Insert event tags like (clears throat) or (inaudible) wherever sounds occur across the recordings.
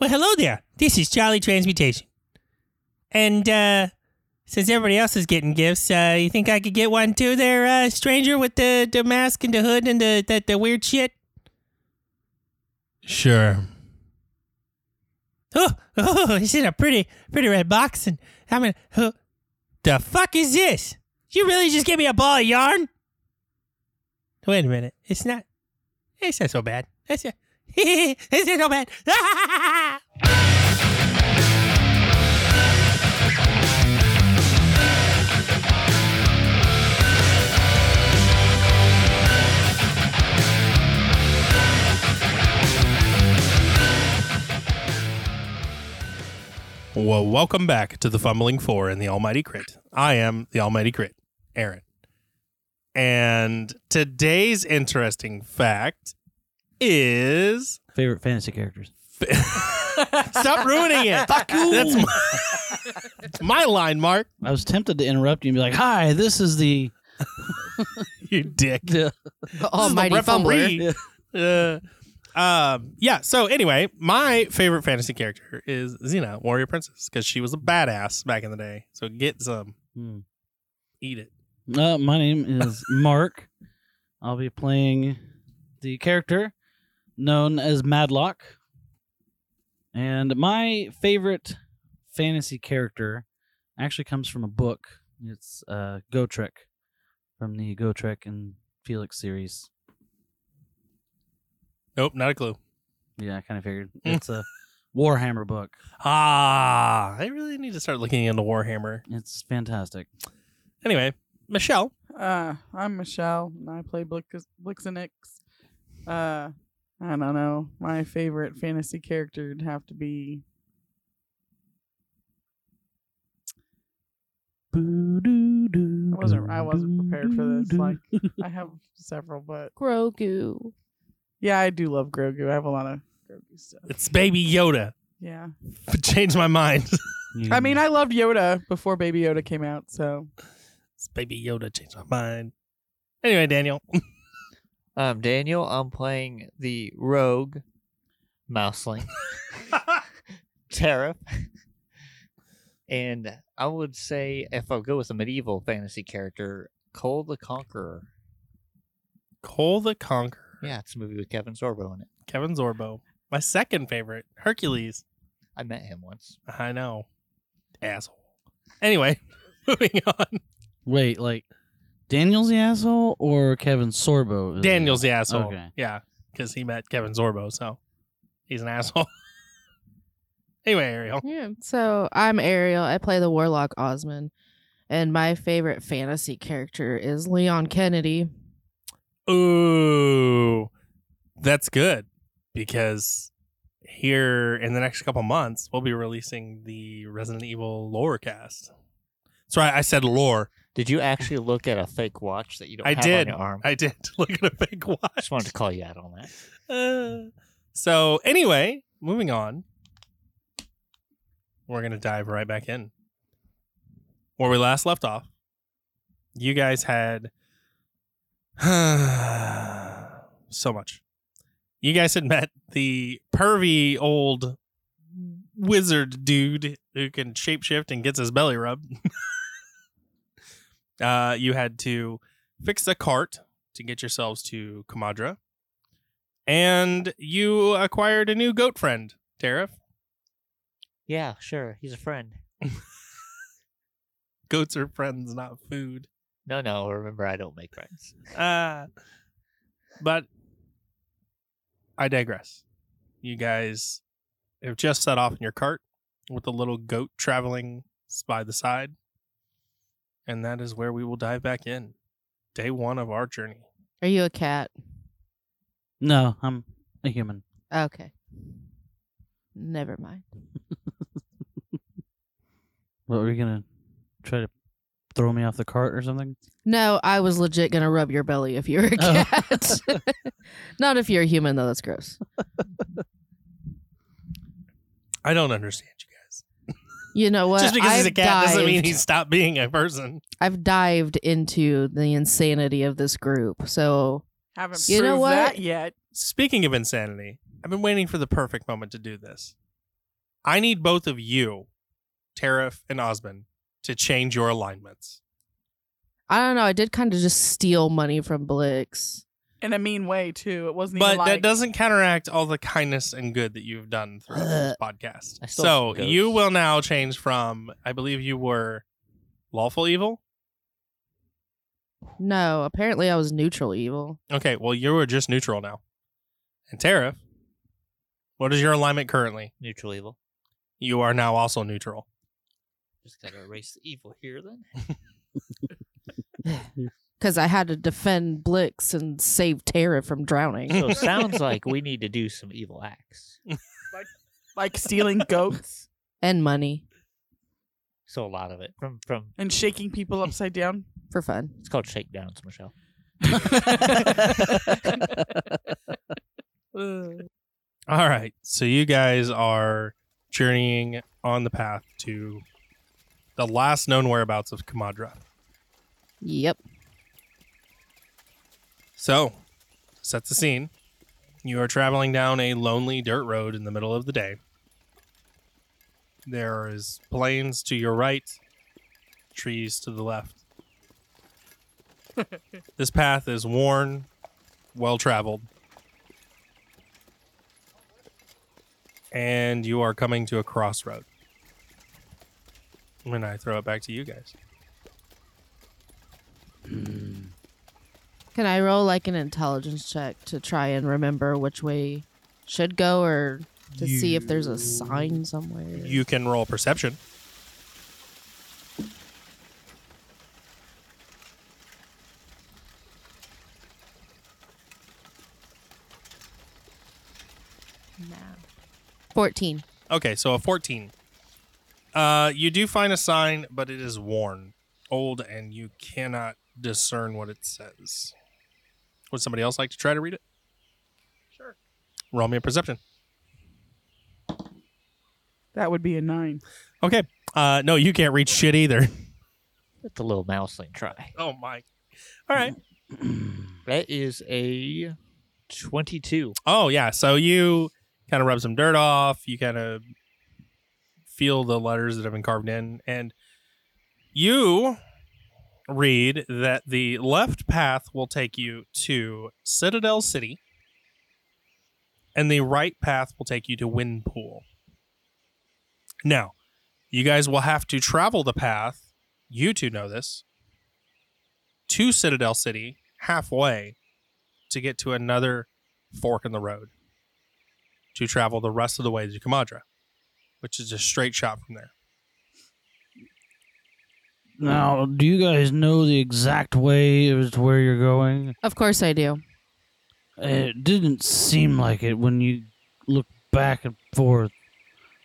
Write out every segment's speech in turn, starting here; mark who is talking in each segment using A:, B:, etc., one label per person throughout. A: Well, hello there. This is Jolly Transmutation. And uh, since everybody else is getting gifts, uh, you think I could get one too there, uh, stranger with the, the mask and the hood and the, the, the weird shit?
B: Sure.
A: Oh, oh, (laughs) it's in a pretty, pretty red box. And I'm gonna, oh, the fuck is this? You really just give me a ball of yarn? Wait a minute. It's not, it's not so bad. It's, it's not so bad.
B: Well, welcome back to the Fumbling Four and the Almighty Crit. I am the Almighty Crit, Aaron. And today's interesting fact is (laughs)
C: Favorite fantasy characters.
B: stop ruining it. Fuck you. That's my, It's my (laughs) line, Mark.
C: I was tempted to interrupt you and be like, "Hi, this is
D: (laughs)
C: the."
B: You dick.
D: Almighty fumbler.
B: referee. Uh, um, yeah. So anyway, my favorite fantasy character is Xena, Warrior Princess, because she was a badass back in the day. So get some,
C: Hmm.
B: eat it.
C: Uh, my name is Mark. I'll be playing the character known as Madlock, and my favorite fantasy character actually comes from a book. It's uh, Go Trek from the Go Trek and Felix series.
B: Nope, not a clue.
C: Yeah, I kind of figured
D: Hmm.
C: it's a Warhammer book.
B: Ah, I really need to start looking into Warhammer.
C: It's fantastic.
B: Anyway, Michelle.
E: Uh, I'm Michelle, and I play Blix- Blixenix. Uh, I don't know. My favorite fantasy character would have to be. I wasn't. I wasn't prepared for this. Like, I have several, but
D: Grogu.
E: yeah, I do love Grogu. I have a lot of Grogu stuff.
B: It's Baby Yoda. (laughs)
E: Yeah,
B: Change my mind. (laughs)
E: I
B: Mm.
E: mean, I loved Yoda before Baby Yoda came out. So
B: It's Baby Yoda. Change my mind. Anyway, Daniel.
F: Um, Daniel, I'm playing the rogue
B: (laughs)
F: mouseling, Tariff. And I would say, if I go with a medieval fantasy character, Cole the Conqueror.
B: Cole the Conqueror.
F: Yeah, it's a movie with Kevin Sorbo in it.
B: Kevin Zorbo. My second favorite, Hercules.
F: I met him once.
B: I know. Asshole. Anyway, (laughs) moving on.
C: Wait, like Daniel's the asshole or Kevin Sorbo? is the-
B: Daniel's the asshole.
C: Okay.
B: Yeah, because he met Kevin Zorbo, so he's an asshole. (laughs) anyway, Ariel.
D: Yeah. So I'm Ariel. I play the warlock Osman, and my favorite fantasy character is Leon Kennedy.
B: Ooh, that's good because here in the next couple months we'll be releasing the Resident Evil lore cast. Sorry, I said lore.
F: Did you actually look at a fake watch that you don't
B: I
F: have
B: did.
F: on your arm? I
B: I did (laughs) look at a big watch.
F: just wanted to call you out on that.
B: Uh, so anyway, moving on. We're gonna dive right back in. Where we last left off. You guys had (sighs) so much. You guys had met the pervy old wizard dude who can shapeshift and gets his belly rubbed. (laughs) uh, you had to fix a cart to get yourselves to Kamadra and you acquired a new goat friend, Tariff.
F: Yeah, sure. He's a friend.
B: Goats are friends, not food.
F: No, no. Remember, I don't make friends.
B: Uh, but I digress. You guys have just set off in your cart with the little goat traveling by the side. And that is where we will dive back in. Day one of our journey.
D: Are you a cat?
C: No, I'm a human.
D: Okay. Never mind.
C: What were you gonna try to throw me off the cart or something?
D: No, I was legit gonna rub your belly if you were a
C: Oh.
D: cat. (laughs) Not if you're a human though. That's gross.
B: I don't understand you guys.
D: You know what?
B: just because he's
D: I've
B: a cat doesn't mean
D: dived-
B: he's stopped being a person.
D: I've dived into the insanity of this group. So
E: haven't
D: You know
E: proved
D: what?
E: that yet.
B: Speaking of insanity, I've been waiting for the perfect moment to do this. I need both of you, Tariff and Osmond, to change your alignments.
D: I don't know. I did kind of just steal money from Blix.
E: in a mean way too. It wasn't
B: But
E: even like
B: that doesn't counteract all the kindness and good that you've done throughout this podcast.
F: I still
B: So
F: have some
B: you
F: goats.
B: will now change from, I believe you were lawful evil.
D: No, apparently I was neutral evil.
B: Okay, well, you were just neutral now. And Tariff, what is your alignment currently?
F: Neutral evil.
B: You are now also neutral.
F: Just gotta erase the evil here then.
D: Because I had to defend Blix and save Tara from
B: (laughs)
D: drowning.
F: So it sounds like we need to do some evil acts.
E: like stealing goats
D: and money
F: So a lot of it from from
E: and shaking people upside down.
D: for fun.
F: it's called shakedowns, Michelle.
B: All right, so you guys are journeying on the path to the last known whereabouts of Kamadra.
D: Yep.
B: So, to set the scene. You are traveling down a lonely dirt road in the middle of the day. There is plains to your right, trees to the left. this path is worn, well traveled. And you are coming to a crossroad. And I throw it back to you guys.
D: Can I roll like an intelligence check to try and remember which way should go or to see if there's a sign somewhere?
B: You can roll perception.
D: No. 14.
B: Okay, so a 14. Uh, you do find a sign, but it is worn, old, and you cannot discern what it says. Would somebody else like to try to read it? Sure. Roll me a perception.
E: That would be a
D: (laughs)
E: nine.
B: Okay. Uh, no, you can't read shit either.
F: Let the little mouseling try.
B: Oh my. All right.
F: That is a twenty-two.
B: Oh yeah. So you kind of rub some dirt off. You kind of feel the letters that have been carved in, and you read that the left path will take you to Citadel City, and the right path will take you to Windpool. Now, you guys will have to travel the path. You two know this. To Citadel City, halfway, to get to another fork in the road to travel the rest of the way to Kamadra, which is a straight shot from there.
C: Now, do you guys know the exact way as to where you're going?
D: Of course I do.
C: It didn't seem like it when you looked back and forth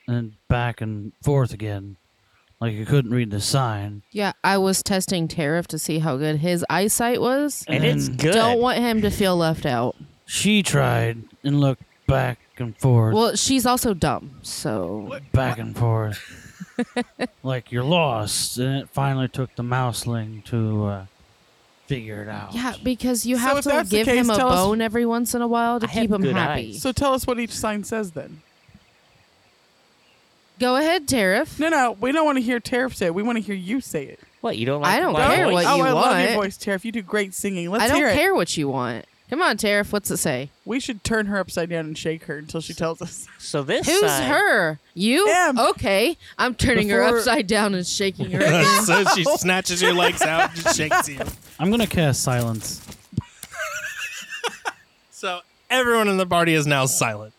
C: and back and forth again. Like you couldn't read the sign.
D: Yeah, I was testing Tariff to see how good his eyesight was.
F: And it's
C: And
F: good.
D: Mm. Don't want him to feel left out.
C: She tried and looked back and forth,
D: Well, she's also dumb, so
C: back and
D: (laughs)
C: forth. like you're lost. And it finally took the mouseling to uh, figure it out.
D: yeah, because you
E: So
D: have
E: if
D: to
E: that's the
D: give
E: case,
D: him a
E: tell us-
D: bone every once in a while to
F: I have
D: keep him
F: good
D: happy.
F: eyes.
E: So tell us what each sign says then.
D: Go ahead, Tariff.
E: No, no, we don't want to hear Tariff say it. We want to hear you say it.
F: What you don't
D: I
F: like?
D: don't
F: my
D: care
F: voice?
D: what
E: oh,
D: you
E: I love your
D: want.
E: voice, Tariff. You do great singing. Let's
D: I
E: hear
D: don't
E: it.
D: care what you want. Come on, Tariff. What's it say?
E: We should turn her upside down and shake her until she tells us.
F: So this
D: Who's
F: side,
D: her? You?
E: Em.
D: Okay, I'm turning her
E: Before-
D: upside down and shaking her.
B: (laughs) so she snatches your legs out and just shakes you.
C: I'm gonna cast silence.
B: So everyone in the party is now silent.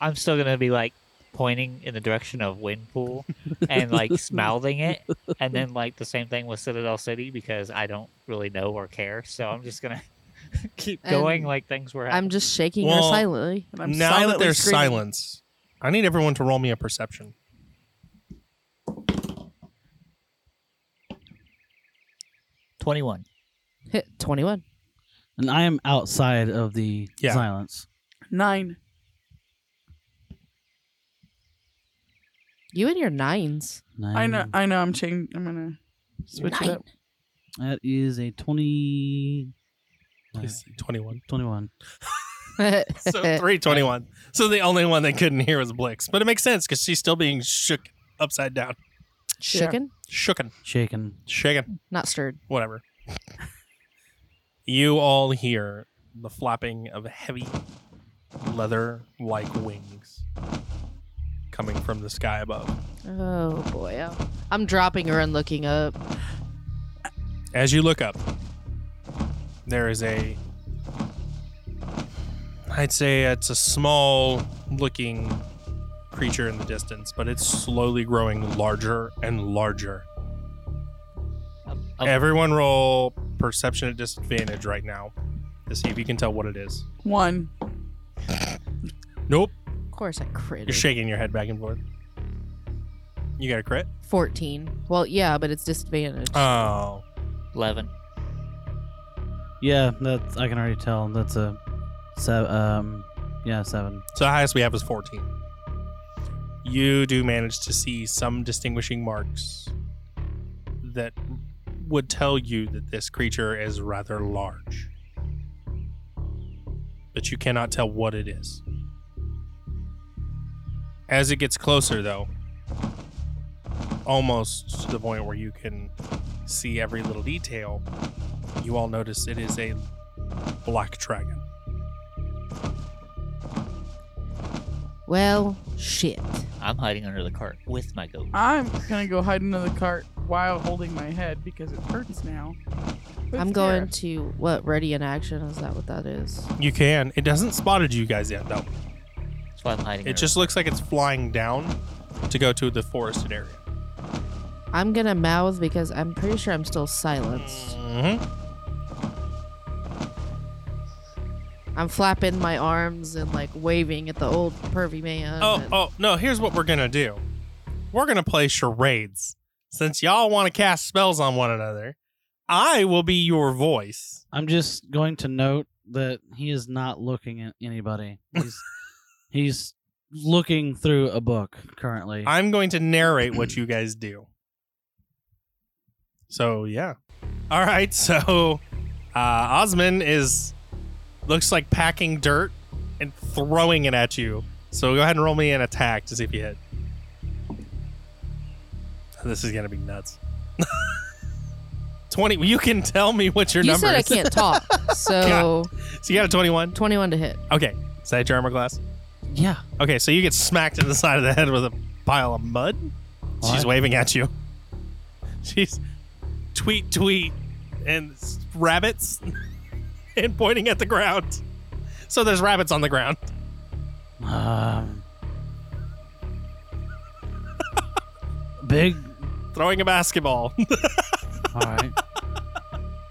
F: I'm still gonna be like pointing in the direction of Windpool and
D: (laughs)
F: like mouthing it, and then like the same thing with Citadel City because I don't really know or care. So I'm just gonna (laughs) keep going
D: And
F: like things were.
D: I'm
F: happening.
D: just shaking her
B: Well,
D: silently.
E: And I'm
B: now that
E: silently
B: there's
E: screaming.
B: silence, I need everyone to roll me a perception.
F: twenty-one.
D: Hit 21.
C: And I am outside of the
B: Yeah.
C: silence.
E: Nine.
D: You and your nines.
E: I know.
C: Nine.
E: I know. I'm changing. I'm gonna switch it up.
C: That is a 20. (laughs)
B: Please, 21.
C: 21.
B: (laughs) So
E: (laughs)
D: (laughs)
B: 321. So the only one they couldn't hear was Blix. But it makes sense because she's still being shook upside down.
D: Chicken,
B: Shooken.
C: Shaken.
B: Shaken.
D: not stirred.
B: Whatever. you all hear the flapping of heavy leather like wings coming from the sky above.
D: Oh boy, I'm- I'm dropping her and looking up.
B: As you look up, there is a. I'd say it's a small looking creature in the distance, but it's slowly growing larger and larger.
F: Um, um,
B: Everyone roll perception at disadvantage right now to see if you can tell what it is.
E: One.
B: Nope.
D: Of course, I crit.
B: You're shaking your head back and forth. You got a crit?
D: Fourteen. Well, yeah, but it's disadvantage.
B: Oh.
F: Eleven.
C: Yeah, that's I can already tell. That's a seven. Um, yeah, seven.
B: So the highest we have is 14. You do manage to see some distinguishing marks that would tell you that this creature is rather large. But you cannot tell what it is. As it gets closer, though, almost to the point where you can see every little detail, you all notice it is a black dragon.
D: Well, shit.
F: I'm hiding under the cart with my goat.
E: I'm gonna go hide under the cart while holding my head because it hurts now. But
D: I'm
E: it's
D: going
E: there.
D: to what? Ready in action? Is that what that is?
B: You can. It doesn't spotted you guys yet, though.
F: That's why I'm hiding.
B: It
F: under-
B: just looks like it's flying down to go to the forested area.
D: I'm gonna mouth because I'm pretty sure I'm still silenced.
B: Mm-hmm.
D: I'm flapping my arms and like waving at the old pervy man.
B: Oh,
D: and-
B: oh, no, here's what we're going to do we're going to play charades. Since y'all want to cast spells on one another, I will be your voice.
C: I'm just going to note that he is not looking at anybody. He's he's looking through a book currently.
B: I'm going to narrate what you guys do. So, yeah. All right, so uh, Osman is looks like packing dirt and throwing it at you. So go ahead and roll me an attack to see if you hit. This is gonna be nuts. (laughs) Twenty. You can tell me what your
D: you
B: number
D: said I
B: is.
D: can't talk,
B: (laughs)
D: so
B: So you got a twenty-one.
D: 21
B: (laughs)
D: to hit.
B: Okay. Is that your armor glass?
C: yeah.
B: Okay. So you get smacked in the side of the head with a pile of mud. She's
C: What?
B: waving at you. (laughs) She's tweet tweet and s- rabbits (laughs) and pointing at the ground. So there's rabbits on the ground.
C: Um, big.
B: throwing a basketball. (laughs)
C: All right.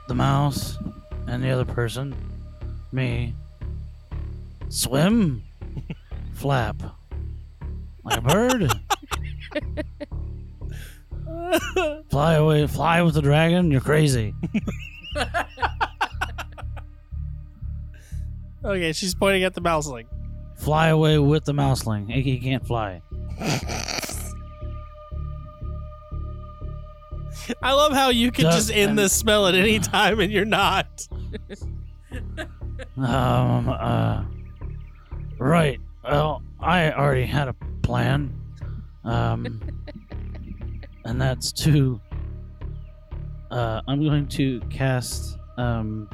C: the mouse and the other person, me. Swim, flap, like a bird. fly away, fly with the dragon. You're crazy.
B: okay, she's pointing at the mouse like,
C: Fly away with the mouseling. He- He can't fly.
B: I love how you can
C: Duh.
B: just end this spell at any time and you're not.
C: Um. Uh. Right. Well, I already had a plan. Um. and that's to. Uh, I'm going to cast. Um.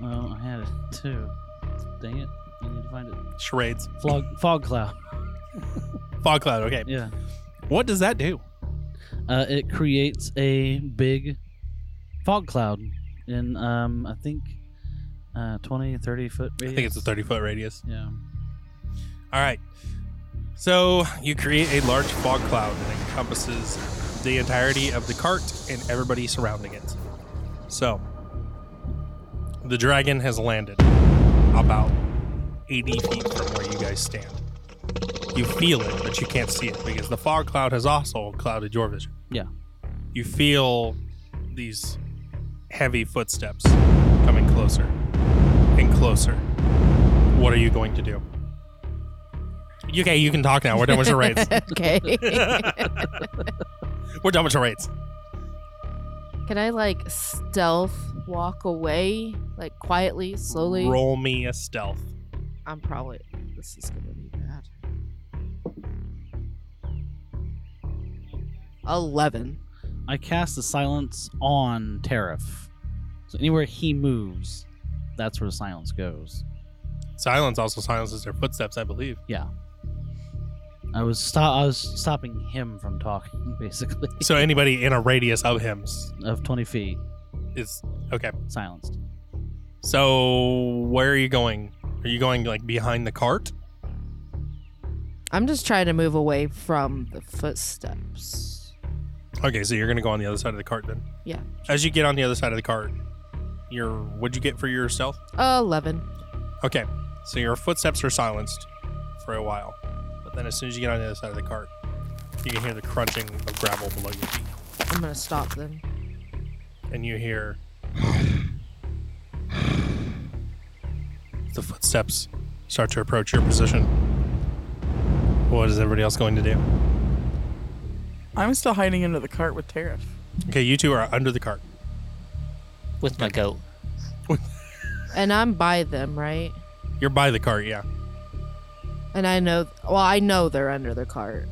C: Well, I had it too. Dang it! I need to find it.
B: Charades.
C: Fog, fog cloud.
B: Fog cloud. Okay.
C: Yeah.
B: What does that do?
C: Uh, it creates a big fog cloud in um I think uh 20 30 foot radius.
B: I think it's a 30 foot radius.
C: Yeah.
B: All right. So you create a large fog cloud that encompasses the entirety of the cart and everybody surrounding it. So the dragon has landed about 80 feet from where you guys stand. You feel it, but you can't see it because the fog cloud has also clouded your vision.
C: Yeah.
B: You feel these heavy footsteps coming closer and closer. What are you going to do? Okay, you can talk now. We're done with (laughs) charades.
D: okay.
B: We're done with charades.
D: Can I like stealth walk away, like quietly, slowly.
B: Roll me a stealth.
D: I'm probably. This is gonna be bad. Eleven.
C: I cast the silence on Tariff. So anywhere he moves, that's where the silence goes.
B: Silence also silences their footsteps, I believe.
C: I was stop I was stopping him from talking, (laughs) basically.
B: So anybody in a radius of him s-
C: Of twenty feet.
B: is okay.
C: Silenced.
B: So where are you going? Are you going like behind the cart?
D: I'm just trying to move away from the footsteps.
B: Okay, so you're gonna go on the other side of the cart then.
D: Yeah.
B: As you get on the other side of the cart, your what'd you get for your stealth?
D: Eleven.
B: Okay, so your footsteps are silenced for a while, but then as soon as you get on the other side of the cart, you can hear the crunching of gravel below your feet,
D: I'm gonna stop them.
B: and you hear the footsteps start to approach your position. What is everybody else going to do?
E: I'm still hiding under the cart with Tariff.
B: Okay, you two are under the cart.
F: with my goat.
D: And I'm by them, right?
B: You're by the cart, yeah.
D: And I know. Well, I know they're under the cart.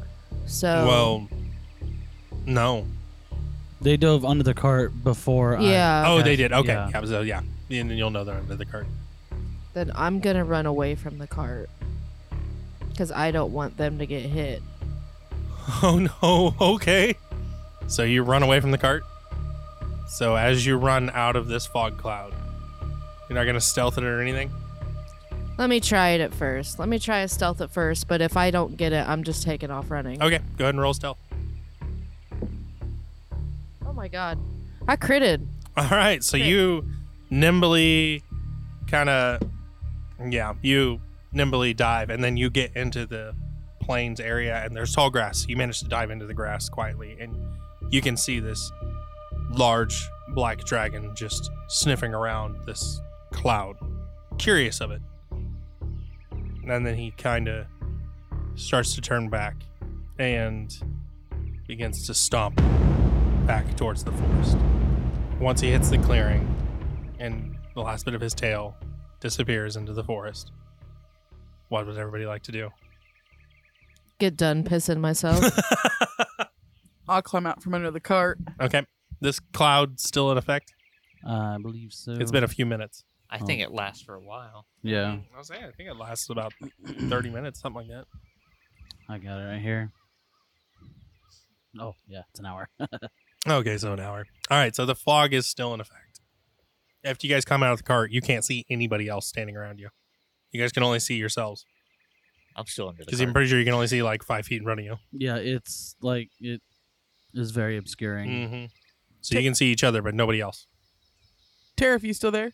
D: So.
B: Well, no.
C: They dove under the cart before I-
D: Yeah.
B: Oh,
C: Okay.
B: they did. Okay,
C: Yeah.
B: yeah. so yeah, and then you'll know they're under the cart. (laughs)
D: Then I'm gonna run away from the cart. Cause I don't want them to get hit.
B: Oh no, okay. So you run away from the cart. So as you run out of this fog cloud, you're not gonna stealth it or anything?
D: Let me try it at first. Let me try a stealth at first, but if I don't get it, I'm just taking off running.
B: Okay, go ahead and roll stealth.
D: Oh my god. I critted.
B: Alright, so
D: Okay.
B: you nimbly kinda Yeah, you nimbly dive and then you get into the plains area and there's tall grass. You manage to dive into the grass quietly and you can see this large black dragon just sniffing around this cloud, curious of it. And then he kind of starts to turn back and begins to stomp back towards the forest. Once he hits the clearing and the last bit of his tail disappears into the forest, what would everybody like to do?
D: Get done pissing myself.
E: I'll climb out from under the cart.
B: Okay. This cloud still in effect.
C: Uh, I believe so.
B: It's been a few minutes.
F: I
C: Oh.
F: think it lasts for a while.
C: Yeah,
B: I was saying, I think it lasts (clears throat) about 30 minutes, something like that.
C: I got it right here. Oh yeah, it's an hour.
B: Okay, so an hour. All right, so the fog is still in effect. After you guys come out of the cart, you can't see anybody else standing around you. You guys can only see yourselves
F: I'm still under the
B: because I'm
F: cart.
B: pretty sure you can only see like five feet in front of you.
C: yeah, it's like it is very obscuring.
B: Mm-hmm. So you can see each other, but nobody else.
E: Tariff, you still there?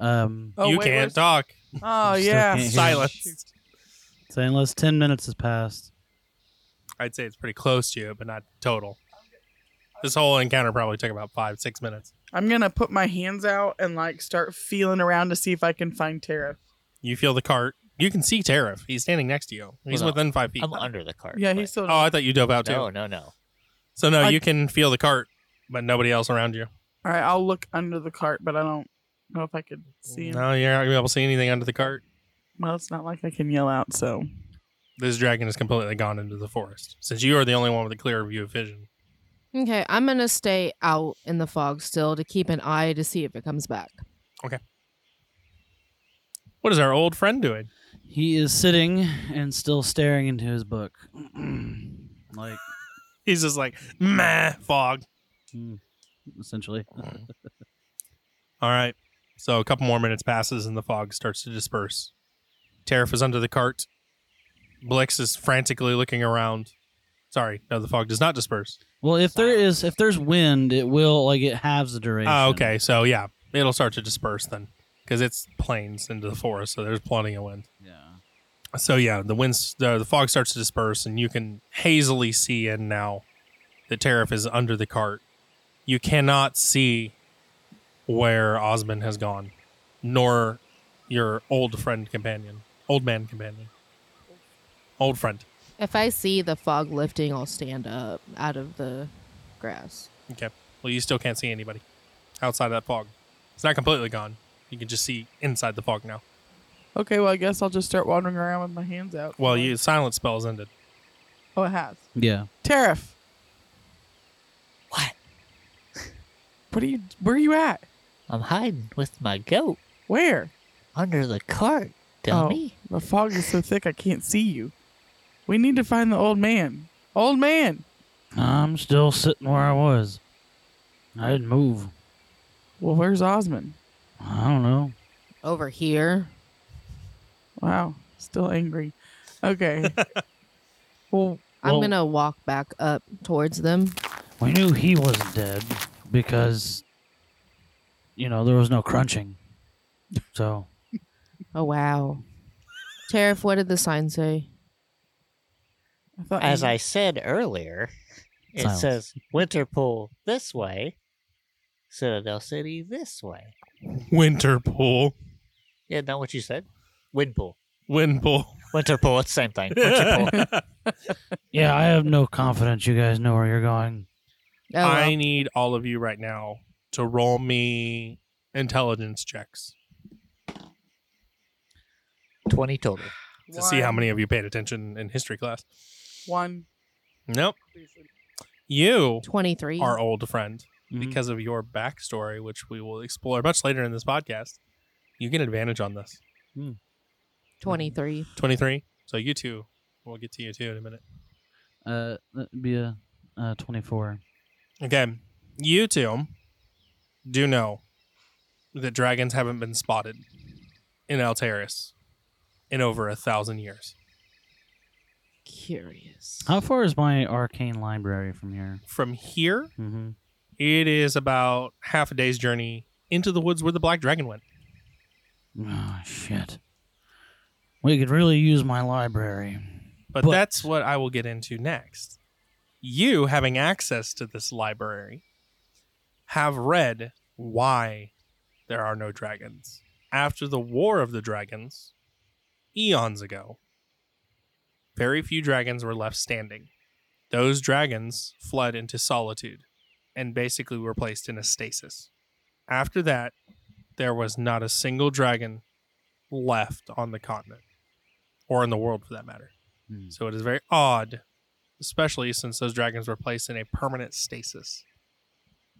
C: Um,
E: Oh,
B: you
E: wait,
B: can't
E: where's-
B: talk.
E: Oh
C: You still
E: yeah.
C: can't hear.
B: Silence.
C: so unless ten minutes has passed,
B: I'd say it's pretty close to you, but not total. This whole encounter probably took about five, six minutes.
E: I'm gonna put my hands out and like start feeling around to see if I can find Tariff.
B: You feel the cart. You can see Tariff. He's standing next to you. He's
F: Well, no,
B: within five feet.
F: I'm under the cart.
E: Yeah,
F: but-
E: he's still.
B: oh, I thought you dove out too.
F: no, no, no.
B: So no,
E: I-
B: you can feel the cart, but nobody else around you.
E: All right, I'll look under the cart, but I don't know if I could see him.
B: No, you're not gonna be able to see anything under the cart.
E: Well, it's not like I can yell out, so
B: This dragon is completely gone into the forest. Since you are the only one with a clear view of vision.
D: okay, I'm gonna stay out in the fog still to keep an eye to see if it comes back.
B: What is our old friend doing?
C: he is sitting and still staring into his book. (clears throat) like
B: He's just like, meh, fog.
C: mm, essentially,
B: All right. So a couple more minutes passes and the fog starts to disperse. Tariff is under the cart. Blix is frantically looking around. Sorry, no, the fog does not disperse.
C: well, if there is if there's wind, it will like it halves the duration.
B: Oh, okay. So yeah, it'll start to disperse then, because it's plains into the forest, so there's plenty of wind.
C: Yeah.
B: So yeah, the winds, the, the fog starts to disperse, and you can hazily see in now. The tariff is under the cart. You cannot see where Osmond has gone, nor your old friend companion, old man companion, old friend.
D: If I see the fog lifting, I'll stand up out of the grass.
B: Well, you still can't see anybody outside of that fog. It's not completely gone. You can just see inside the fog now.
E: Okay, well, I guess I'll just start wandering around with my hands out.
B: Well, you silent spell's ended.
E: Oh, it has.
C: Yeah.
E: Tariff,
F: What?
E: (laughs) what are you? Where are you at?
F: I'm hiding with my goat
E: Where? Oh,
F: under the cart, dummy.
E: The fog is so thick I can't see you. We need to find the old man. Old man.
C: I'm still sitting where I was. I didn't move.
E: Well, where's Osmond?
C: I don't know.
D: Over here.
E: Wow, still angry. (laughs) Okay. well,
C: Well-
D: I'm gonna walk back up towards them.
C: We knew he wasn't dead because, you know, there was no crunching. So,
D: Oh wow. Tariff, what did the sign say?
E: I thought
F: As
E: you-
F: I said earlier, it
C: Silence.
F: says Winterpool this way, Citadel City this way.
B: Winterpool.
F: Yeah, not what you said. Windpool.
B: Windpool.
F: Winterpool, it's the same thing.
E: (laughs)
F: Winterpool.
C: yeah, I have no confidence you guys know where you're going.
D: Oh, well.
B: I need all of you right now to roll me intelligence checks
F: 20 total.
B: to see how
E: One.
B: many of you paid attention in history class.
E: One.
B: Nope. You
D: 23.
B: our old friend
C: Mhm.
B: because of your backstory, which we will explore much later in this podcast. You get advantage on this.
D: 23.
B: 23. So you two, we'll get to you too in a minute.
C: Uh, that'd be a uh, 24.
B: Okay. You two do know that dragons haven't been spotted in Alteris in over a thousand years.
D: Curious.
C: How far is my arcane library from here?
B: From here,
C: Mm-hmm.
B: it is about half a day's journey into the woods where the black dragon went.
C: Oh, shit. We could really use my library.
B: But,
C: But-
B: that's what I will get into next. You having access to this library have read why there are no dragons. After the War of the Dragons, eons ago, very few dragons were left standing. Those dragons fled into solitude and basically were placed in a stasis. After that, there was not a single dragon left on the continent or in the world for that matter.
C: Hmm.
B: So it is very odd, especially since those dragons were placed in a permanent stasis.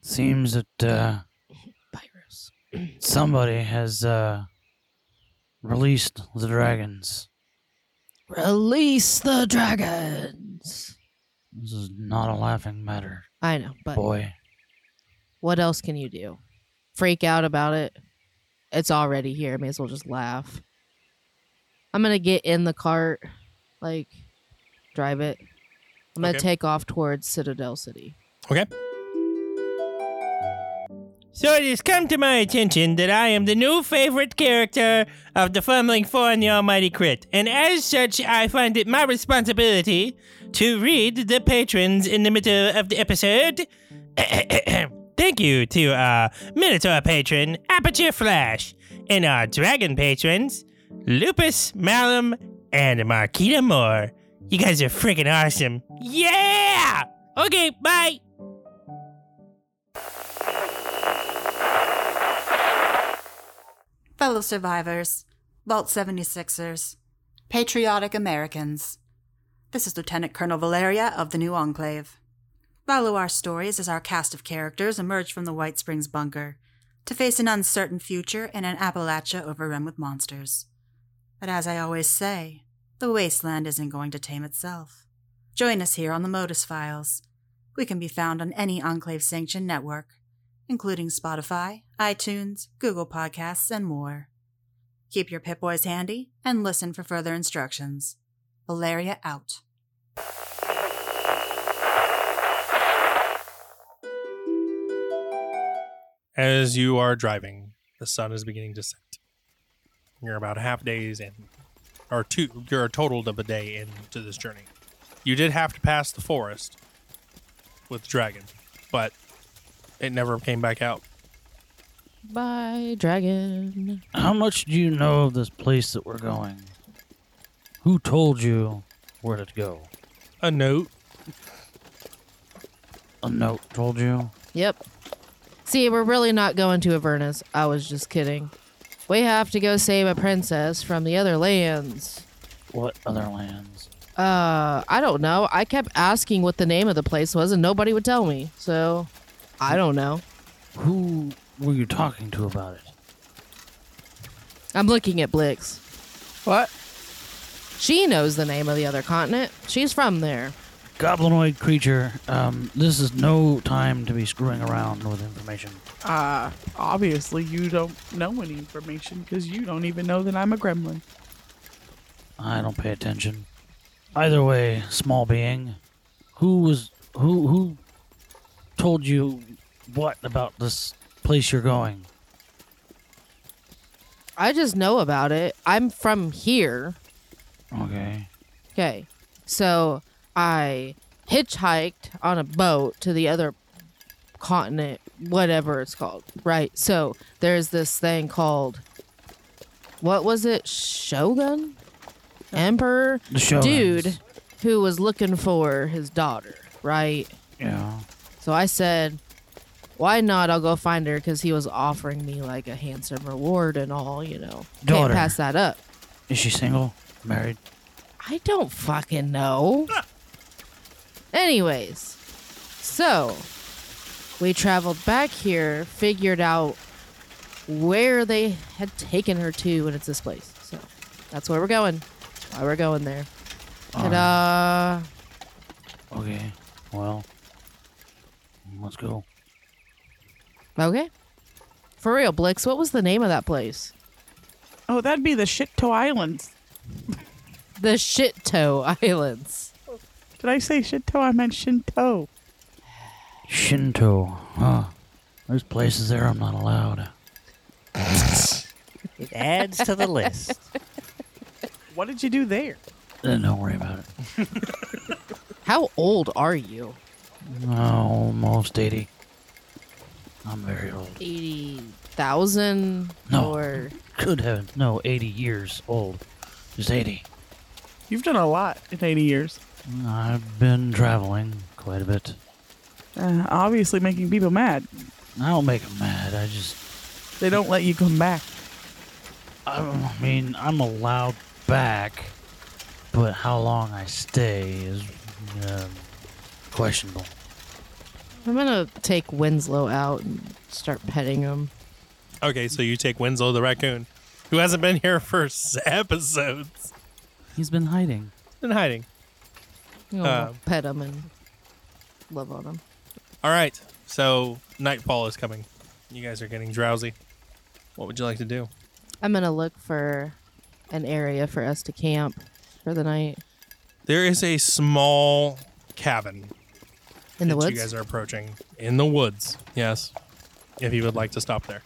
C: Seems that uh,
D: Pyros.
C: somebody has uh, released the dragons.
D: Release the dragons.
C: This is not a laughing matter,
D: I know, but
C: boy.
D: what else can you do? Freak out about it. It's already here. May as well just laugh. I'm gonna get in the cart, like drive it. I'm gonna
B: Okay.
D: take off towards Citadel City.
A: So it has come to my attention that I am the new favorite character of the Fumbling Four and the Almighty Crit, and as such, I find it my responsibility to read the patrons in the middle of the episode. (coughs) Thank you to our Minotaur patron, Aperture Flash, and our Dragon patrons, Lupus Malum and Marquita Moore. You guys are freaking awesome. Yeah! Okay, bye!
G: fellow survivors, Vault 76ers, patriotic Americans. This is Lieutenant Colonel Valeria of the New Enclave. Follow our stories as our cast of characters emerge from the White Springs bunker to face an uncertain future in an Appalachia overrun with monsters. But as I always say, the wasteland isn't going to tame itself. Join us here on the Modus Files. We can be found on any Enclave sanctioned network including Spotify, iTunes, Google Podcasts, and more. Keep your Pip Boys handy and listen for further instructions. Valeria out.
B: As you are driving, the sun is beginning to set. You're about half days in, or two, you're a total of a day into this journey. You did have to pass the forest with the dragon, but it never came back out.
D: Bye, dragon.
C: How much do you know of this place that we're going? Who told you where to go?
B: A note
C: A note told you?
D: Yep. See, we're really not going to Avernus. I was just kidding. We have to go save a princess from the other lands.
C: What other lands?
D: Uh, I don't know. I kept asking what the name of the place was, and nobody would tell me. So, I don't know.
C: Who were you talking to about it?
D: I'm looking at Blix.
E: What?
D: She knows the name of the other continent. She's from there.
C: Goblinoid creature, um, this is no time to be screwing around with information.
E: Uh, obviously you don't know any information because you don't even know that I'm a gremlin.
C: I don't pay attention. Either way, small being, who was who who told you what about this place you're going?
D: I just know about it. I'm from here.
C: Okay.
D: Okay. So I hitchhiked on a boat to the other continent, whatever it's called. Right. So there's this thing called what was it? Shogun? Emperor?
C: The show
D: Dude who was looking for his daughter, right?
C: Yeah.
D: So I said, why not? I'll go find her because he was offering me like a handsome reward and all, you know. Can't
C: Daughter.
D: pass that up.
C: Is she single? Married?
D: I don't fucking know. Anyways, so we traveled back here, figured out where they had taken her to, and it's this place. So that's where we're going. That's why we're going there. Ta-da!
C: Okay. Well, let's go.
D: Okay. For real, Blix, what was the name of that place?
E: Oh, that'd be the shit toe islands.
D: The Shit Toe Islands.
E: Did I say shit toe? I meant Shinto.
C: Shinto, huh? There's places there I'm not allowed. Eh,
F: It adds to
A: (laughs)
F: the list.
E: What did you do there?
C: Then don't worry about it.
D: How old are you?
C: Almost 80. I'm very old.
D: 80,000?
C: No.
D: Or.
C: Could have. No, 80 years old. Just 80.
E: You've done a lot in 80 years.
C: I've been traveling quite a bit.
E: Uh, obviously making people mad.
C: I don't make them mad. I just.
E: They don't let you come back.
C: I don't- I mean, I'm allowed back, but how long I stay is um questionable.
D: I'm gonna take Winslow out and start petting him.
B: Okay, so you take Winslow the raccoon, who hasn't been here for s- episodes.
C: He's been hiding.
B: Been hiding.
D: You know,
B: Uh,
D: pet him and love on him.
B: All right, so nightfall is coming. You guys are getting drowsy. What would you like to do?
D: I'm gonna look for an area for us to camp for the night
B: There is a small cabin
D: in the
B: that you
D: woods.
B: guys are approaching in the woods. Yes, if you would like to stop there.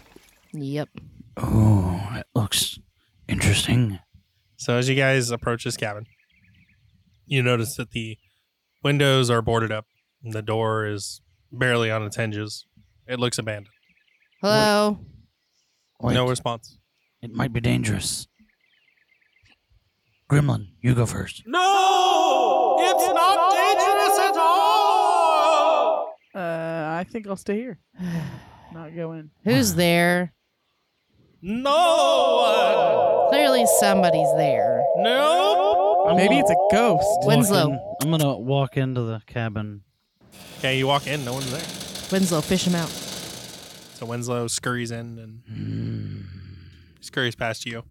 D: yep.
C: Oh, it looks interesting.
B: So as you guys approach this cabin, you notice that the windows are boarded up. And the door is barely on its hinges. It looks abandoned.
D: Hello.
C: Wait,
B: No response.
C: it might be dangerous. Gremlin, you go first.
B: No! It's not dangerous at all!
E: Uh, I think I'll stay here. (sighs) Not going.
D: Who's there?
B: No!
D: Clearly somebody's there.
B: No!
E: Maybe it's a ghost.
D: Winslow.
C: Walking- I'm gonna walk into the cabin.
B: Okay, you walk in, no one's there.
D: Winslow, fish him out.
B: So Winslow scurries in and scurries past you.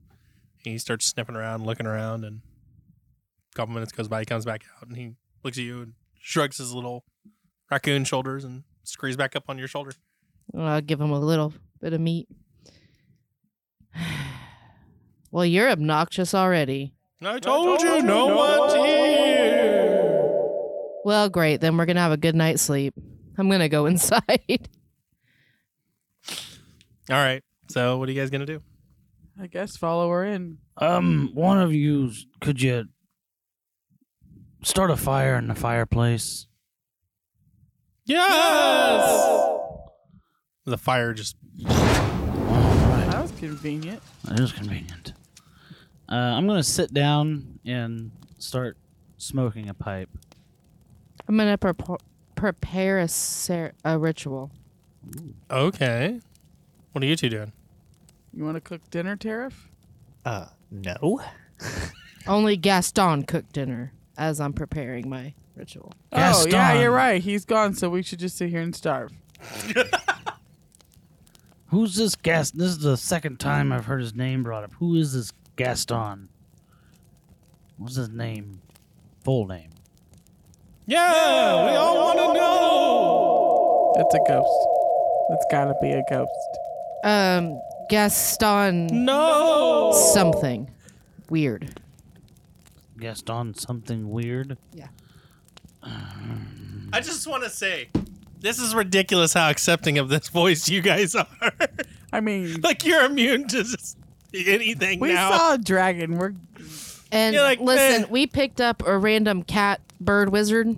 B: He starts sniffing around, looking around, and a couple minutes goes by. He comes back out and he looks at you and shrugs his little raccoon shoulders and scurries back up on your shoulder.
D: I'll give him a little bit of meat. (sighs) well, you're obnoxious already.
B: I told you, no one's here.
D: Well, great. Then we're gonna have a good night's sleep. I'm gonna go (laughs) inside.
B: All right. So, what are you guys gonna do?
E: I guess follow her in.
C: Um, one of you, could you start a fire in the fireplace?
B: Yes. The fire just
E: That was convenient.
C: It is convenient. Uh, I'm gonna sit down and start smoking a pipe.
D: I'm gonna prepo- prepare a, cer- a ritual.
B: Okay. What are you two doing?
E: You want to cook dinner, Tariff?
F: Uh, no.
D: Only Gaston cooked dinner as I'm preparing my ritual.
E: Oh, yeah,
C: Gaston.
E: you're right. He's gone, so we should just sit here and starve.
C: Who's this Gaston? This is the second time I've heard his name brought up. Who is this Gaston? What's his name? Full name.
B: Yeah, we all want to know.
E: It's a ghost. It's gotta be a ghost.
D: Um, Gaston
B: No.
D: something weird.
C: Gaston something weird.
B: I just want to say, this is ridiculous how accepting of this voice you guys (laughs) are.
E: I mean,
B: like you're immune to just anything
E: we
B: now.
E: saw a dragon. We're
D: And
B: You're like,
D: listen,
B: "Eh."
D: we picked up a random cat bird wizard.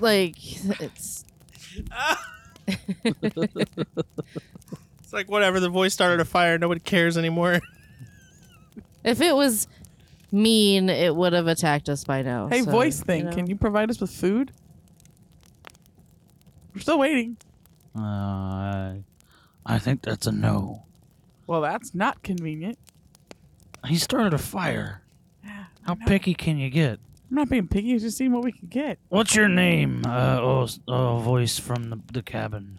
D: like it's
B: it's like whatever. The voice started a fire. Nobody cares anymore.
D: if it was mean, it would have attacked us by now.
E: hey,
D: so,
E: voice thing.
D: know.
E: Can you provide us with food? We're still waiting.
C: Uh, I think that's a no.
E: Well, that's not convenient.
C: He started a fire. How picky can you get?
E: I'm not being picky. Just seeing what we can get.
C: What's your name? Uh, oh, s- oh, voice from the, the cabin.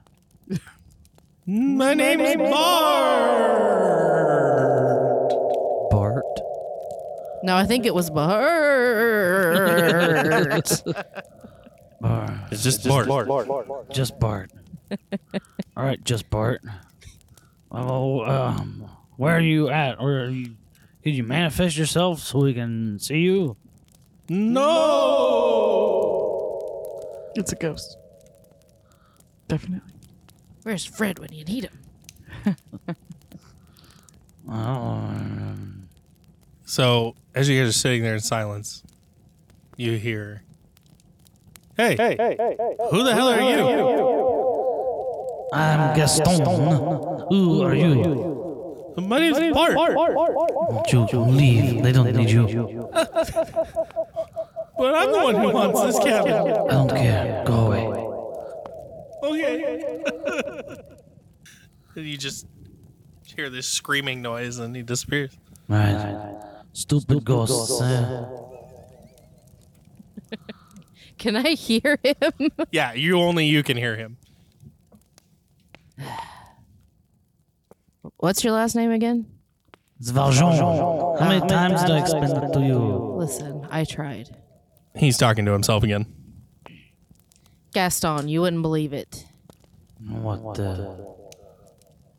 B: My name's Bart.
C: Bart.
D: No, I think it was Bert.
C: Bart.
B: It's just Bart.
C: Just Bart. All right, just Bart. Oh, um, where are you at? Or are you, could you manifest yourself so we can see you?
B: No.
E: It's a ghost. Definitely.
D: (laughs) Where's Fred when you need him?
C: Oh, um,
B: So as you guys are sitting there in silence, you hear, "Hey, hey, hey, who the hell are you?
C: I'm Uh, Gaston. Who are you?
B: My name's Bart.
C: Won't you leave? They don't need you.
B: But I'm the one who wants (laughs) this cabin.
C: I don't care. Go away.
B: Okay." (laughs) you just hear this screaming noise, and he disappears. (laughs)
C: Right. Stupid ghosts. eh?
D: Can I hear him?
B: Yeah, you only you can hear him.
D: What's your last name again?
C: It's Valjean. How many times did I explain that to you?
D: Listen, I tried.
B: He's talking to himself again.
D: Gaston, you wouldn't believe it.
C: What the?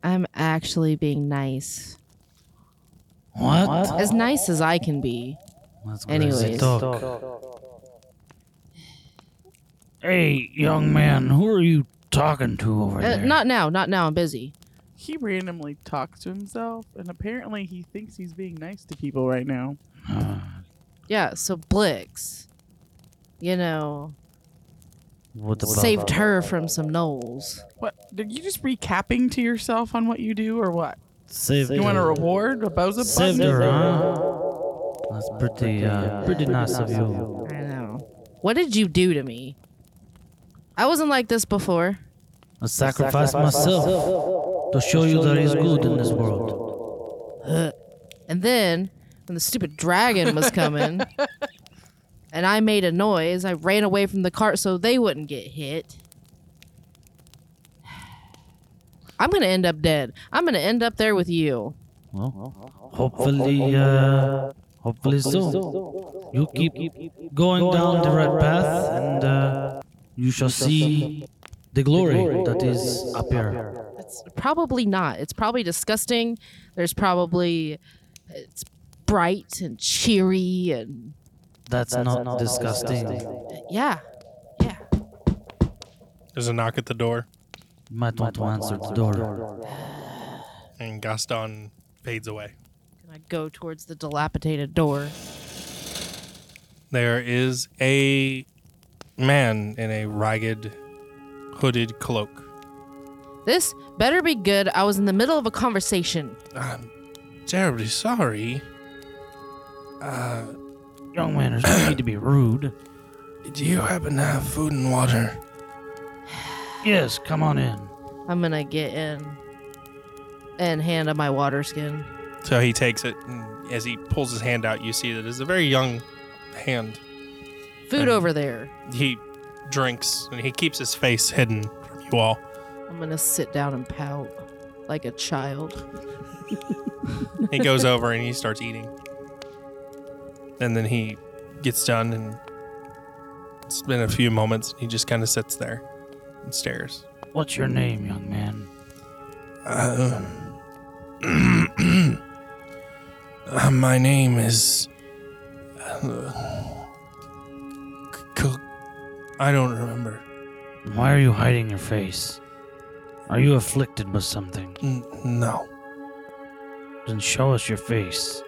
D: I'm actually being nice.
C: What?
D: As nice as I can be.
C: That's
D: Anyways.
C: crazy talk. Hey, young man, who are you talking to over
D: Uh,
C: there?
D: not now, not now. I'm busy.
E: He randomly talks to himself, and apparently he thinks he's being nice to people right now.
C: Uh,
D: Yeah, so Blix, you know,
C: what about-
D: saved her from some gnolls.
E: What? Are you just recapping to yourself on what you do, or what?
C: Saved
E: You want a
C: her.
E: reward? A Boza
C: Saved
E: button?
C: her, huh? That's pretty, uh, pretty nice of you.
D: I know. What did you do to me? I wasn't like this before.
C: I sacrificed myself to show you there is good in this world.
D: Uh. And then, when the stupid dragon was coming, and I made a noise, I ran away from the cart so they wouldn't get hit. (sighs) I'm gonna end up dead. I'm gonna end up there with you.
C: Well, hopefully, uh, hopefully so. You keep going down the right path, and uh, you shall see the glory that is up here.
D: It's probably not. It's probably disgusting. There's probably it's bright and cheery and
C: That's not disgusting.
D: yeah. Yeah.
B: There's a knock at the door,
C: You might want to answer the door.
B: and Gaston fades away.
D: And I go towards the dilapidated door.
B: There is a man in a ragged, hooded cloak.
D: This better be good. I was in the middle of a conversation.
B: I'm terribly sorry. Uh,
C: Young man, there's no need to be rude.
B: do you happen to have food and water?
C: Yes, come on in.
D: I'm gonna get in and hand him my water skin.
B: So he takes it, and as he pulls his hand out, you see that it's a very young hand.
D: Food
B: And-
D: over there.
B: He drinks, and he keeps his face hidden from you all.
D: I'm gonna sit down and pout like a child.
B: He goes over and he starts eating. And then he gets done, and it's been a few moments. He just kind of sits there and stares.
C: What's your name, young man?
B: Uh, uh, my name is. Uh, Cook. I don't remember.
C: Why are you hiding your face? Are you afflicted with something?
B: N- no.
C: Then show us your face.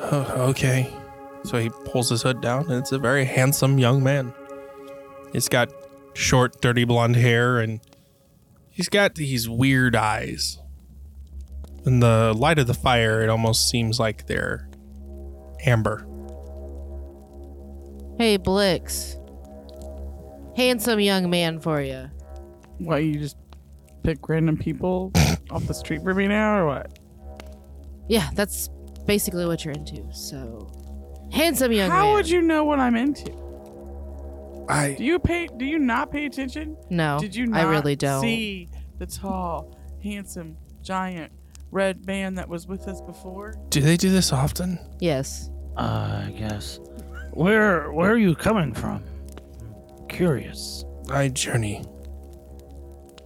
B: Oh, okay. So he pulls his hood down, and it's a very handsome young man. He's got short, dirty blonde hair, and he's got these weird eyes. In the light of the fire, it almost seems like they're amber.
D: Hey, Blix. Handsome young man for you.
E: Why you just pick random people off the street for me now, or what?
D: Yeah, that's basically what you're into. So, handsome young
E: How
D: Oh, man.
E: would you know what I'm into?
B: I
E: Do you pay? Do you not pay attention?
D: No,
E: Did you?
D: I
E: Not
D: really don't.
E: see the tall, handsome, giant red man that was with us before?
B: do they do this often?
D: Yes,
C: Uh, I guess. Where where are you coming from? Curious.
B: I journey.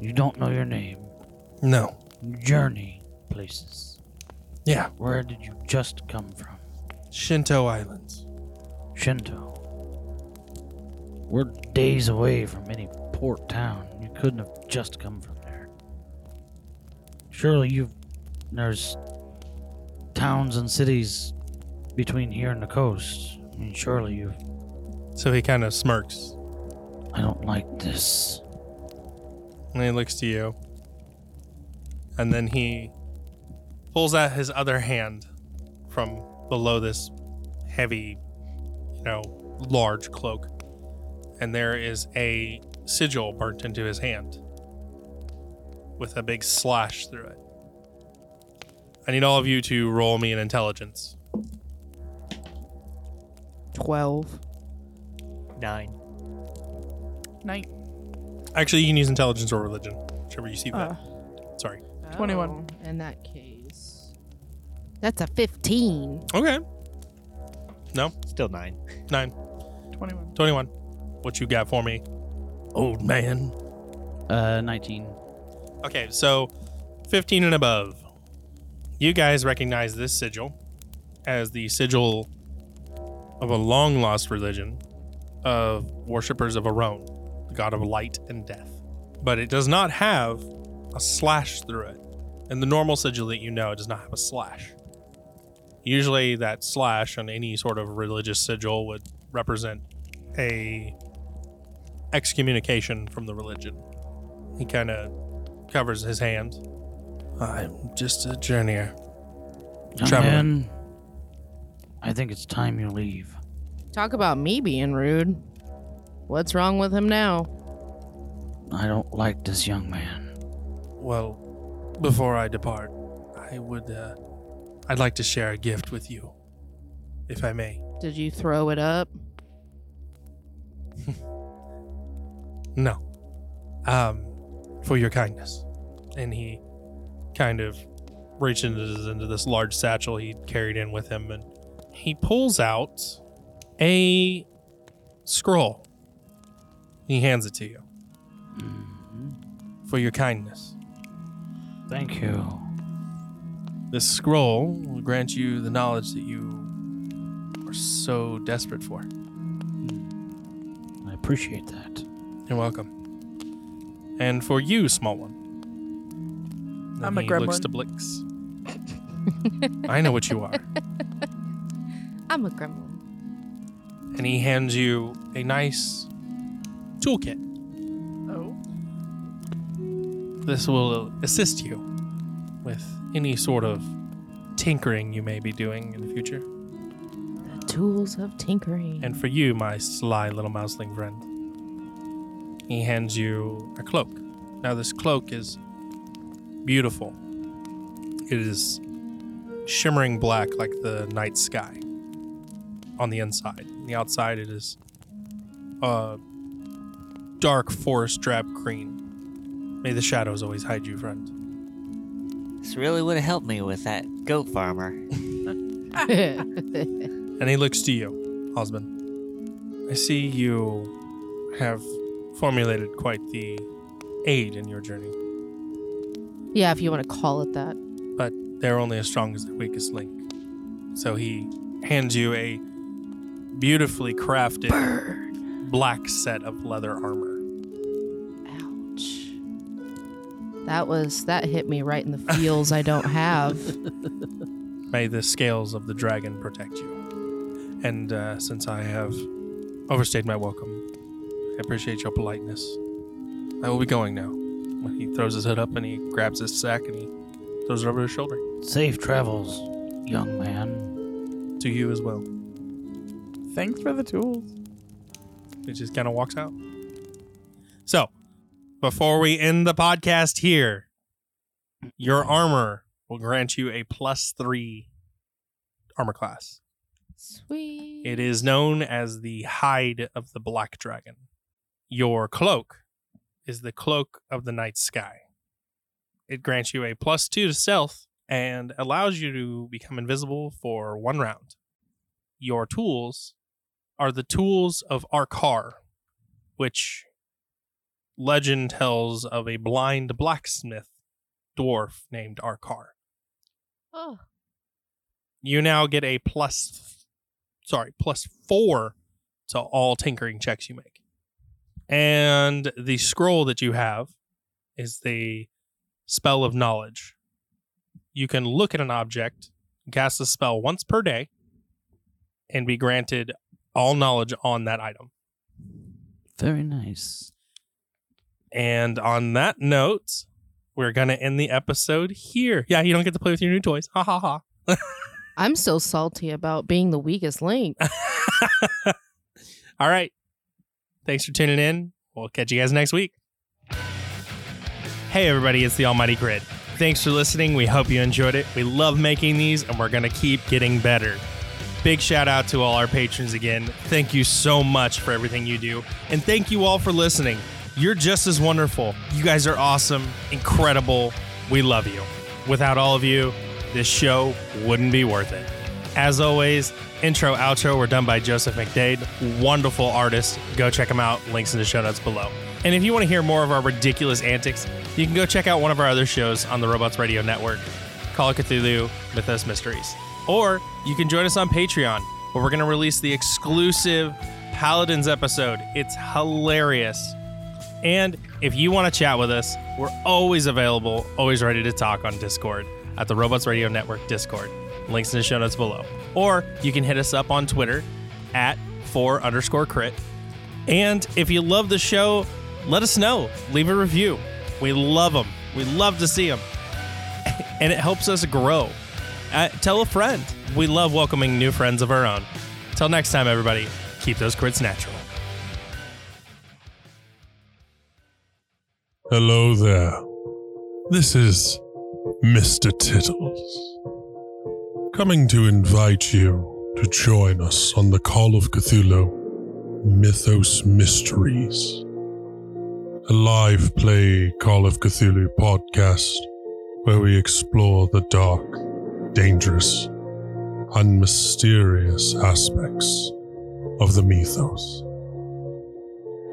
C: You don't know your name.
B: No.
C: You journey places.
B: Yeah.
C: Where did you just come from?
B: Shinto Islands.
C: Shinto. We're days away from any port town. You couldn't have just come from there. Surely you've. There's towns and cities between here and the coast. I mean, surely you've.
B: So he kind of smirks
C: I don't like this.
B: and he looks to you. And then he pulls out his other hand from below this heavy, you know, large cloak. And there is a sigil burnt into his hand with a big slash through it. I need all of you to roll me an intelligence.
D: twelve.
F: Nine.
E: Night.
D: Oh.
B: Actually, you can use intelligence or religion, whichever you see
E: Uh,
B: that. Sorry.
E: 21.
D: Oh, in that case, that's a fifteen.
B: Okay.
F: Still nine.
B: Nine.
E: 21.
B: 21. What you got for me, old man?
C: Uh, 19.
B: Okay, so 15 and above. You guys recognize this sigil as the sigil of a long lost religion of worshippers of Aron, the god of light and death. But it does not have a slash through it. And the normal sigil that you know does not have a slash. Usually, that slash on any sort of religious sigil would represent a excommunication from the religion. He kind of covers his hand. I'm just a journeyer.
C: Young
B: Traveler.
C: man, I think it's time you leave.
D: Talk about me being rude. What's wrong with him now?
C: I don't like this young man.
B: Well, before I depart, I would, uh, I'd like to share a gift with you, if I may.
D: Did you throw it up?
B: No. Um, for your kindness. And he kind of reaches into this large satchel he carried in with him and he pulls out a scroll. He hands it to you
C: Mhm.
B: for your kindness.
C: Thank you.
B: This scroll will grant you the knowledge that you are so desperate for.
C: I appreciate that.
B: You're welcome. And for you, small one. Then
E: I'm a
B: he looks
E: gremlin.
B: to
E: (laughs)
B: Blix. I know what you are.
D: I'm a gremlin.
B: And he hands you a nice toolkit.
E: Oh.
B: This will assist you with any sort of tinkering you may be doing in the future.
D: The tools of tinkering. (laughs)
B: And for you, my sly little mouseling friend, He hands you a cloak. Now, this cloak is beautiful. It is shimmering black like the night sky on the inside. On the outside, it is uh, dark forest drab green. May the shadows always hide you, friend.
H: This really would have helped me with that goat farmer.
B: And he looks to you, Osmond. I see you have formulated quite the aid in your journey,
D: yeah, if you want to call it that.
B: but they're only as strong as their weakest link. So he hands you a beautifully crafted black set of leather armor.
D: Ouch. That was that hit me right in the feels I don't have.
B: May the scales of the dragon protect you. And uh, since I have overstayed my welcome, I appreciate your politeness. I will be going now. When he throws his hood up and he grabs his sack and he throws it over his shoulder.
C: Safe travels, young man.
B: To you as well.
E: Thanks for the tools.
B: It just kind of walks out. So, before we end the podcast here, your armor will grant you a plus three armor class.
D: (laughs) Sweet.
B: It is known as the hide of the black dragon. Your cloak is the cloak of the night sky. It grants you a plus two to stealth and allows you to become invisible for one round. Your tools are the tools of Arkar, which legend tells of a blind blacksmith dwarf named Arkar
D: Oh,
B: you now get a plus sorry plus four to all tinkering checks you make and the scroll that you have is the spell of knowledge you can look at an object cast the spell once per day and be granted all knowledge on that item
C: Very nice.
B: and on that note we're gonna end the episode here yeah you don't get to play with your new toys ha ha ha
D: I'm so salty about being the weakest link.
B: All right. Thanks for tuning in. We'll catch you guys next week. Hey, everybody, it's the Almighty Grid. Thanks for listening. We hope you enjoyed it. We love making these, and we're going to keep getting better. Big shout out to all our patrons again. Thank you so much for everything you do. And thank you all for listening. You're just as wonderful. You guys are awesome, incredible. We love you. Without all of you, this show wouldn't be worth it. As always, intro, outro were done by Joseph McDade, wonderful artist. Go check him out. Links in the show notes below. And if you want to hear more of our ridiculous antics, you can go check out one of our other shows on the Robots Radio Network, Call of Cthulhu, Mythos Mysteries. Or you can join us on Patreon, where we're going to release the exclusive Paladins episode. It's hilarious. And if you want to chat with us, we're always available, always ready to talk on Discord at the Robots Radio Network Discord. Links in the show notes below. Or you can hit us up on Twitter at four underscore crit. And if you love the show, let us know. Leave a review. We love them. We love to see them. And it helps us grow. Uh, tell a friend. We love welcoming new friends of our own. Till next time, everybody, keep those crits natural.
I: Hello there. This is Mr. Tittles. Coming to invite you to join us on the Call of Cthulhu Mythos Mysteries, a live play Call of Cthulhu podcast where we explore the dark, dangerous, and mysterious aspects of the mythos.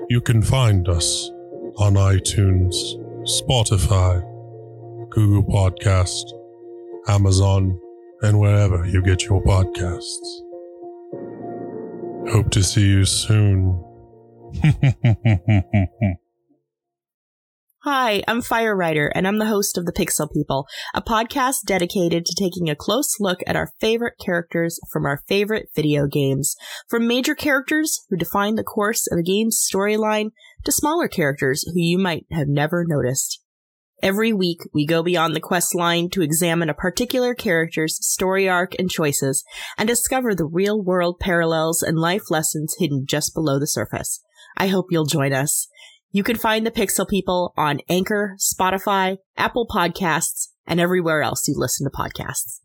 I: You can find us on iTunes, Spotify, Google Podcast, Amazon, and wherever you get your podcasts. Hope to see you soon.
J: Hi, I'm Fire Rider, and I'm the host of The Pixel People, a podcast dedicated to taking a close look at our favorite characters from our favorite video games. From major characters who define the course of a game's storyline to smaller characters who you might have never noticed. Every week, we go beyond the quest line to examine a particular character's story arc and choices, and discover the real world parallels and life lessons hidden just below the surface. I hope you'll join us.
B: You can find the Pixel People on Anchor, Spotify, Apple Podcasts, and everywhere else you listen to podcasts.